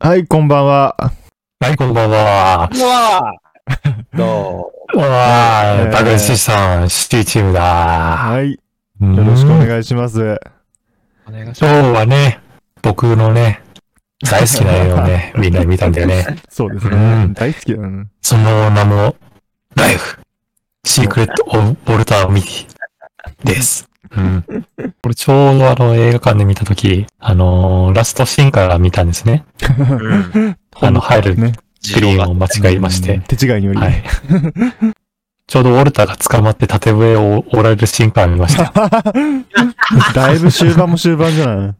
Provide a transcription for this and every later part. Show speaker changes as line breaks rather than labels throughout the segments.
はい、こんばんは。
はい、こんばんは。
うわーどう
うわ
えー
ー、たくしさん、シティチームだ。
はい、よ
よ
ろしくお願いします。
お願いし
今日はね、僕のね、大好きな映 画をね、みんなで見たんだよね。
そうです
う
ね
ん。
大好きだな。
その名も、ライフ、シークレット・オブ・ウォルター・ミキです。うん。これちょうどあの映画館で見たとき、あのーラストシーンから見たんですね。
ます。
あの、入る
ね。
スクリーンを間違いまして。
手違いにより。
はい。ちょうどウォルターが捕まって縦笛を折られるシーンから見ました。
だいぶ終盤も終盤じゃない
うん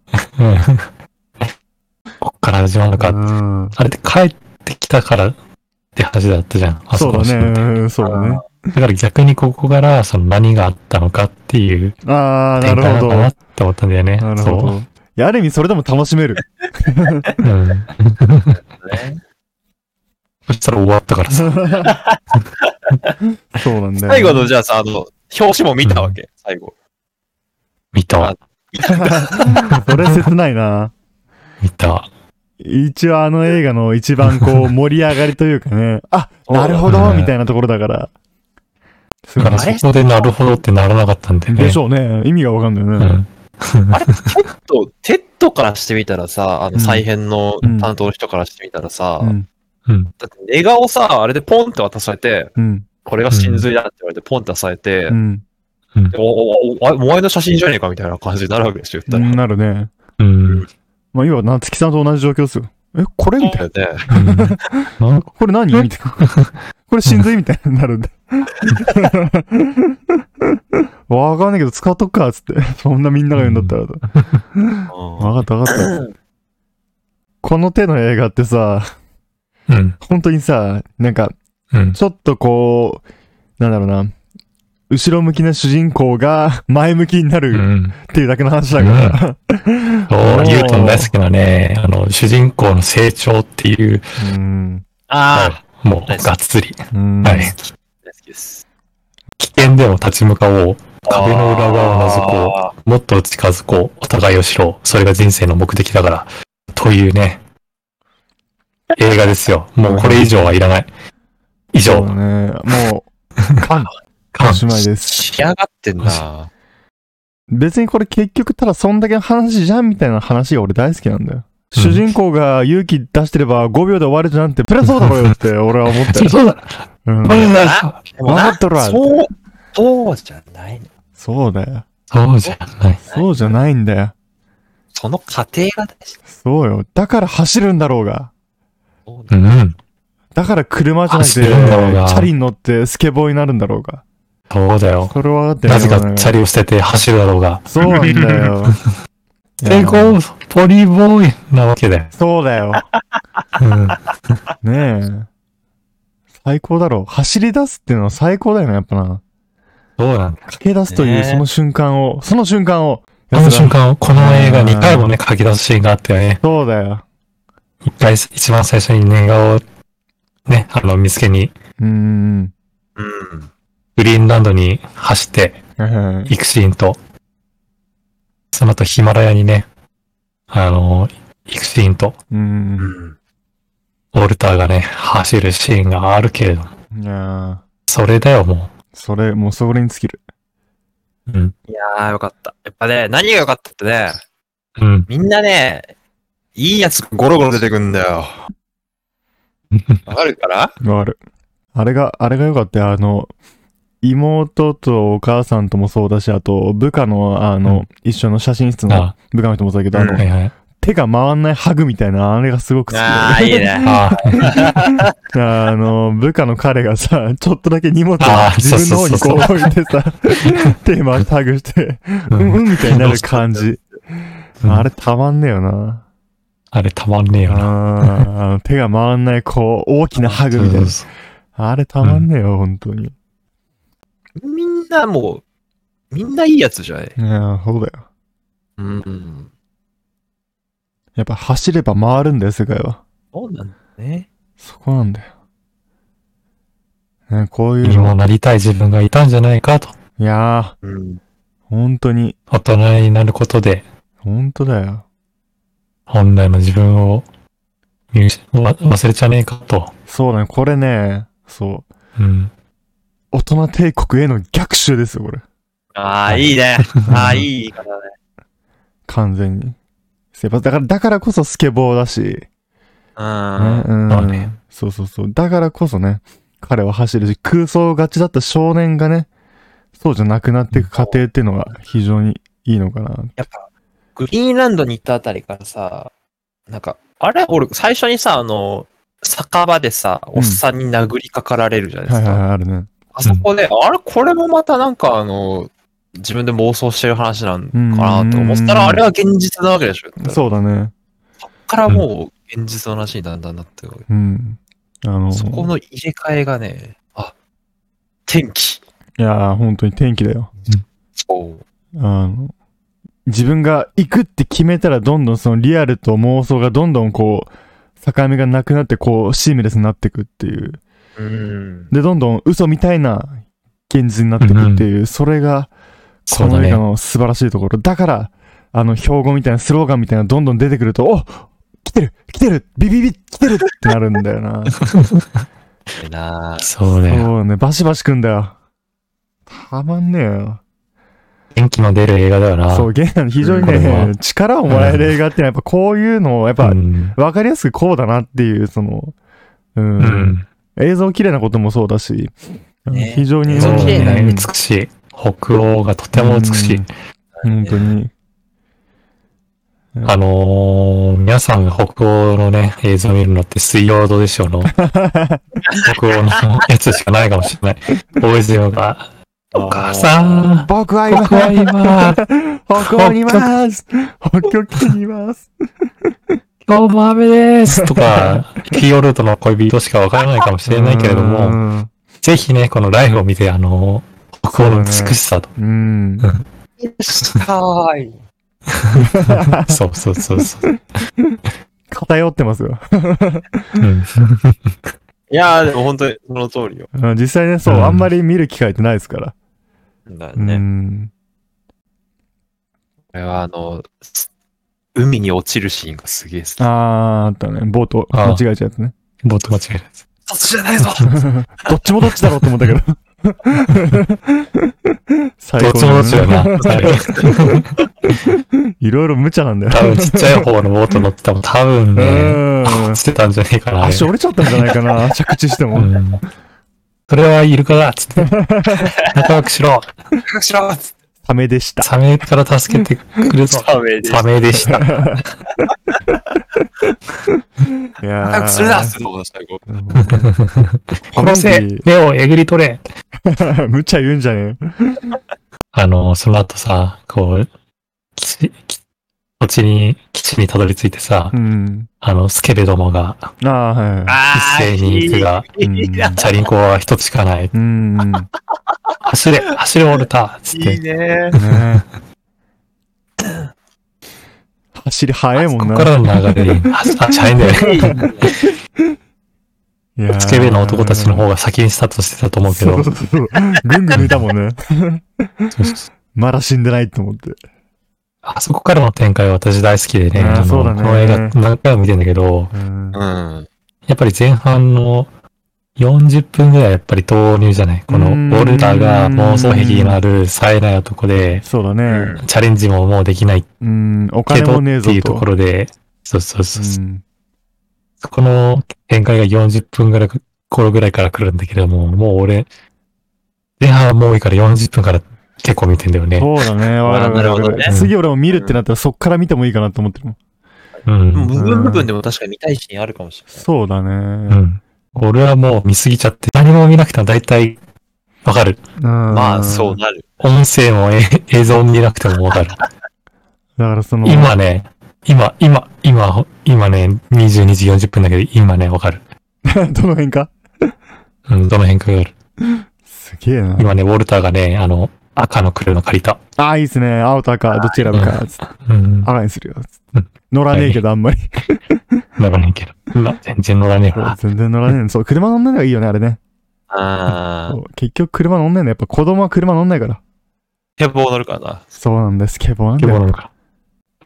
こっから始まるのか。
うん
あれって帰ってきたからって話だったじゃん。あ
そ
この
う
シ
だ
ーンって
ね。うんそうだね。
だから逆にここからその何があったのかっていう
あー、な
展開な
る
の
ほど
か。なって思ったんだよね。
なるほど。いや、ある意味それでも楽しめ る。
そう。うん。
ね
そしたら終わったからさ。
そうなんだよ。
最後のじゃあさ、あの、表紙も見たわけ、最後。
見た、
それ切ないな。
見た。
一応あの映画の一番こう盛り上がりというかね、あ、なるほど
うん
みたいなところだから。す
だ
ご
か
い
らそこでなるほどってならなかったんだよね。
でしょうね。意味がわかんないよ
う
ね。
ん。
と、テッドからしてみたらさ、あの、再編の担当の人からしてみたらさ、
うん。
うん。
だって、寝顔さ、あれでポンって渡されて、
うん。
これが真髄だって言われて、ポンって渡されて、
うん。
でお、お、お、おお前の写真じゃねえかみたいな感じになるわけでしょ、言ったら。
なるね。
うん。
まあ、今、夏木さんと同じ状況ですよ。え、これみたいな。
だよね。
うんなんか
これ何みたいな。 これ真髄みたいになるんだ。 わかんないけど使っとくか、つって。そんなみんなが言うんだったら。
うん
わかったわかった。この手の映画ってさ、
うん。
本当にさ、なんか、
うん。
ちょっとこう、なんだろうな、後ろ向きな主人公が前向きにな
う
る
ん。
っていうだけの話だから。
そう
お、ー
ゆうとの大好きなね、あの、主人公の成長っていう、
うん。
あ
もう、がっつり。
うん
はい。
あ、大好きです。
危険でも立ち向かおう。壁の裏側を覗こ
あー
う。もっと近づこう。お互いを知ろう。それが人生の目的だから。というね。映画ですよ。もうこれ以上はいらない。以
そう
上。
だね。もう、かん、
感
おしまいです。
仕上がってんな。
別にこれ結局ただそんだけの話じゃんみたいな話が俺大好きなんだよ。
うん
主人公が勇気出してれば5秒で終わるじゃんって、プレそうだろうよって俺は思ってる。
そうだ。
うん。
そうだ。
でも
わか
な
っとるわ
そう、そうじゃないの。
そうだよ。
そうじゃない。
そうじゃないんだよ。
その過程が大事。
そうよ。だから走るんだろうが。
うん。
だから車じゃなくて、
走るんだろうが
チャリに乗ってスケボーになるんだろうが。
そうだよ。
それは分かって
なぜかチャ
リ。
リを捨てて走るだろうが。
そうなんだ よ。
成
いや
功、ポリボーイなわけだよ。
そうだよ。
うん。
ねえ。最高だろう。走り出すっていうのは最高だよね、やっぱな。
そうなんだ。
駆け出すという
ねえ
その瞬間を、その瞬間を。
あの瞬間を、この映画
うん
2回もね、書き出すシーンがあったよね。
そうだよ。
一回、一番最初に寝顔を、ね、あの、見つけに、
うーん。
うん。
グリーンランドに走って
はいはい
行くシーンと、その後ヒマラヤにね、あの、行くシーンと、
うー。
うんん。
ウォルターがね、走るシーンがあるけれども、
いや
それだよ、も
ーそれ、もうそれに尽きる。
う。うん。
いやー、よかった。やっぱね、何がよかったってね、
うん。
みんなね、いいやつゴロゴロ出てくんだよ。わかるから
わかる。あれが、あれが良かったよ。あの、妹とお母さんともそうだし、あと、部下の、あの、
う
一緒の写真室の
あ
部下の人もそうだけど、
う
あ
ん
の
は、いはい。
手が回んないハグみたいな、あれがすごく好きで。
ああ、いい ね。
ああ、
あの、部下の彼がさ、 ちょっとだけ荷物を
あー
自分の方に
そう
こう置いてさ、 手回してハグして、う
う
ん
ん。
うんみたいになる感じ。
うん
あれたまんねえよな。
あれたまんねえ
あ
よな。
ーあの手が回んない、こう、大きなハグみたいな。
そう
あれたまんねえよ、本当に。
みんなもう、みんないいやつじゃない
いやーそうだよ。
うん。
やっぱ走れば回るんだよ、世界は。
そうなんだね。
そこなんだよ。ね、こういう
にも
の。
なりたい自分がいたんじゃないかと。
いや
うん。
ー、本当に、
大人になることで、
本当だよ。
本来の自分を見失わ忘れちゃねえかと。
そうだね、これね、そう。
うん。
大人帝国への逆襲ですよ、これ。
ああ、いい ね。ああ、いい言い方だね。
完全に。やっぱだから、だからこそスケボーだし、ね
う
うん
そうね
そうそうそう。だからこそね、彼は走るし、空想がちだった少年がね、そうじゃなくなっていく過程っていうのが非常にいいのかな。
グリーンランドに行ったあたりからさ、なんか、あれ俺、最初にさ、あの、酒場でさ、おっさんに殴りかかられるじゃないで
は
す
い
か。
はいはい、あるね。
あそこで、あれ、これもまたなんか、あの、自分で妄想してる話なんかなと思った
う
ら、
ん
あれは現実なわけでしょ。そ
そうだね。
っからもう、現実の話にだんだんなってくる、
うん。あの、
そこの入れ替えがね、あ、天気。
いやー、本当に天気だよ。
そう。
あの、自分が行くって決めたら、どんどんそのリアルと妄想がどんどんこう、境目がなくなって、こう、シームレスになってくっていう。
うん。
で、どんどん嘘みたいな現実になってくっていう、それが、こ
そうだ
の映画
ね。
の素晴らしいところ。だから、あの、標語みたいな、スローガンみたいな、どんどん出てくると、お来てる来てるビビビ来てるってなるんだよ な。
いいなぁ
そうね。
そうね、バシバシくんだよ。たまんねえよ。
元気の出る映画だよな。
そう、ゲーム非常に
これは
ね、力をもらえる映画ってのは、やっぱこういうのを、やっぱ
う、ん。
わかりやすくこうだなっていう、その、う、
うんん。
映像綺麗なこともそうだし、
ね
非常に、
映
そ
像
う
綺麗だ
ね
うん
美しい。北欧がとても美しい。
うん本当に。
あのー、皆さんが北欧のね、映像を見るのって水曜どうでしょう の北欧のやつしかないかもしれない。大泉洋が、お母さん、
僕は今、
僕は今、
北欧にいます北極圏にいます
今日も雨ですとか、フィヨルドの恋人しかわからないかもしれないけれど
う
も、
ん
ぜひね、このライフを見て、あのー、北欧の美しさと。
うん。
はーい。
そうそうそうそう。
偏ってますよ。
うん
いやー、でも本当にその通りよ。
うん実際ね、そう、
うん
あんまり見る機会ってないですから。
だ
う
ね。
ん。
これはあの、す海に落ちるシーンがすげえ好き。
あー、あったね。ボート、
あ
間
あ
違えちゃってね。
ボット間違えないです。
そっちじゃないぞ
どっちもどっちだろうと思ったけど。 最
どっちもどっちだよな。はい
いろいろ無茶なんだよ。
多分ちっちゃい方のボート乗ってたもん、多分
う
ね、
ん。
してたんじゃねえかな。あれ
足折れちゃったんじゃないか な。着地して
う
も。
ん。それはイルカだっ つって。仲良くしろ
隠しろ
サメでした。
サメから助けてくるぞ
サメでした
サメ でした。
いやー
隠しろだってこと最後。
うん
殺せ目をえぐり取れ
無茶言うんじゃね
あの、その後さ、こう、基地、基土地に、基地にたどり着いてさ
え。う、ん。
あの、スケベどもが、
ああ、はいはい。
一斉に行くが、
いい
チャリンコは一つしかない。
うん。ね
走れ走れオルタつって。
ね。
え走り早いも
こ
ん
こ
な。
からの流れ に、あ、あ早いんだよね。
いやー
スケベの男たちの方が先にスタートしてたと思うけ ど。
そうそうそう。ぐんぐん抜いたもん ね。
そうそうそう
まだ死んでないと思って。
あそこからの展開は私大好きでね、
あー
あの
そうだね
この映画何回も見てんだけど、
うん
うん。
やっぱり前半の40分ぐらいやっぱり投入じゃないこ
う
の
ーん
ウォルターが妄想癖のある冴えない男で、
そうだね。
チャレンジももうできない
うん。お
け
金
ど
も
っ
ねえぞ
ていうとこ
ろ。
ろで、そうそうそうそうう、
ん
そこの展開が40分ぐらい頃ぐらいから来るんだけども、もう俺、前半はもういいから40分から結構見てんだよね。
そうだ ね。わかるわかるわ
な
か
るほ
る
どね
次俺も見るってなったらそっから見てもいいかなと思ってるもん。
う
部
ん。
分部分でも確かに見たいシーンあるかもしれない。
そうだ
う
ね。
ん。俺はもう見すぎちゃって、何も見なくても大体わかる。
ま
まあ、そう。なる。
音声もえ 映像見なくてもわかる。
だからその、
今ね、今、今、今、今ね、22時40分だけど、今ね、わかる。
どの辺か
うん、どの辺かがある。
すげえな。
今ね、ウォルターがね、あの、赤の車借りた。
ああ、いいっすね。青と赤、どちらのか。つって
うん、
赤にするよ。つって
うん
乗らねえけど、あんまり。
乗らねえけど。な全然乗らねえわ。
全然乗らねえの。そう、車乗んないのがいいよね、あれね。
あ
そ
あ。
う結局車乗んないの。やっぱ子供は車乗んないから。
手棒乗るからな。
そうなんです。スケボーなん
スケ
だ
ボー
よ。
乗るから。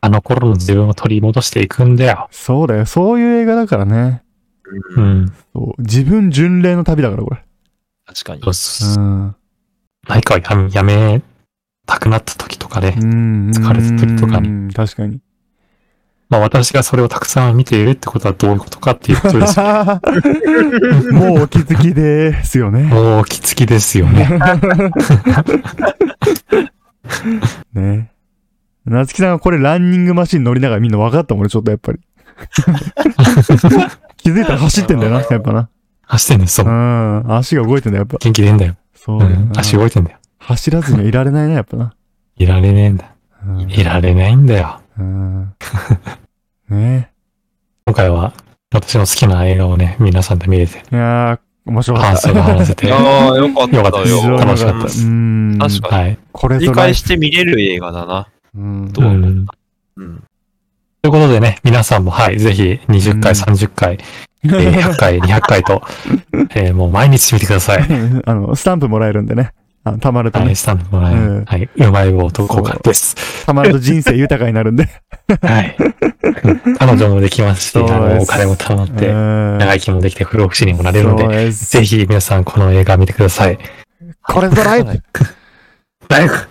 あの頃の自分を取り戻していくんだよ。
そうだよ。そういう映画だからね。
う
うん
ん。
そう自分巡礼の旅だから、これ。
確かに
そ。うそうそう
うん。
何かをやめやめたくなった時とかね。
うん。
疲れた時とかに
うん。確かに。
まあ私がそれをたくさん見ているってことはどういうことかっていうこ とです
もうお気づきですよね。
もう、きつきですよね。
ね。なつきさんがこれランニングマシン乗りながらみんな分かったもんね、ちょっとやっ ぱり。気づいたら走ってんだよな、やっぱな。
走ってんだよ、そう。
うん。足が動いてんだよ、やっぱ。
元気出んだよ。
そう
う
だよ
ん。
な。
足動いてんだよ。
走らずにはいられないな、やっぱな。
いられねえんだ。
うん
いられないんだよ。
うん。ね
今回は、私の好きな映画をね、皆さんで見れて、
いやー、面白かっ
感
た。
想が話せ
い
て、
や
は
ー、よかったよ。
よかったです
面白
楽しかったです
うん。
確か
い。
これ
に。
ぞ
理
ライ
解
フ
して見れる映画だな。
うん
ど
う
う思った
ん。
うん。
ということでね、皆さんも、はい、ぜひ、20
うん
回、30回、えー100回、200回と、えーもう毎日見てください。
あの、スタンプもらえるんでね。あのたまると
は
ね
い、。スタンプもらえ
うん
る。はい、うまい棒と効果です。
たまると人生豊かになる んで。
はい。うん彼女もできますし、あ
そうです
の、お金も貯まって、長
長
生きもできて、不老不死にもなれるので、
で
ぜひ皆さんこの映画見てください。
これぞライフ
ライフ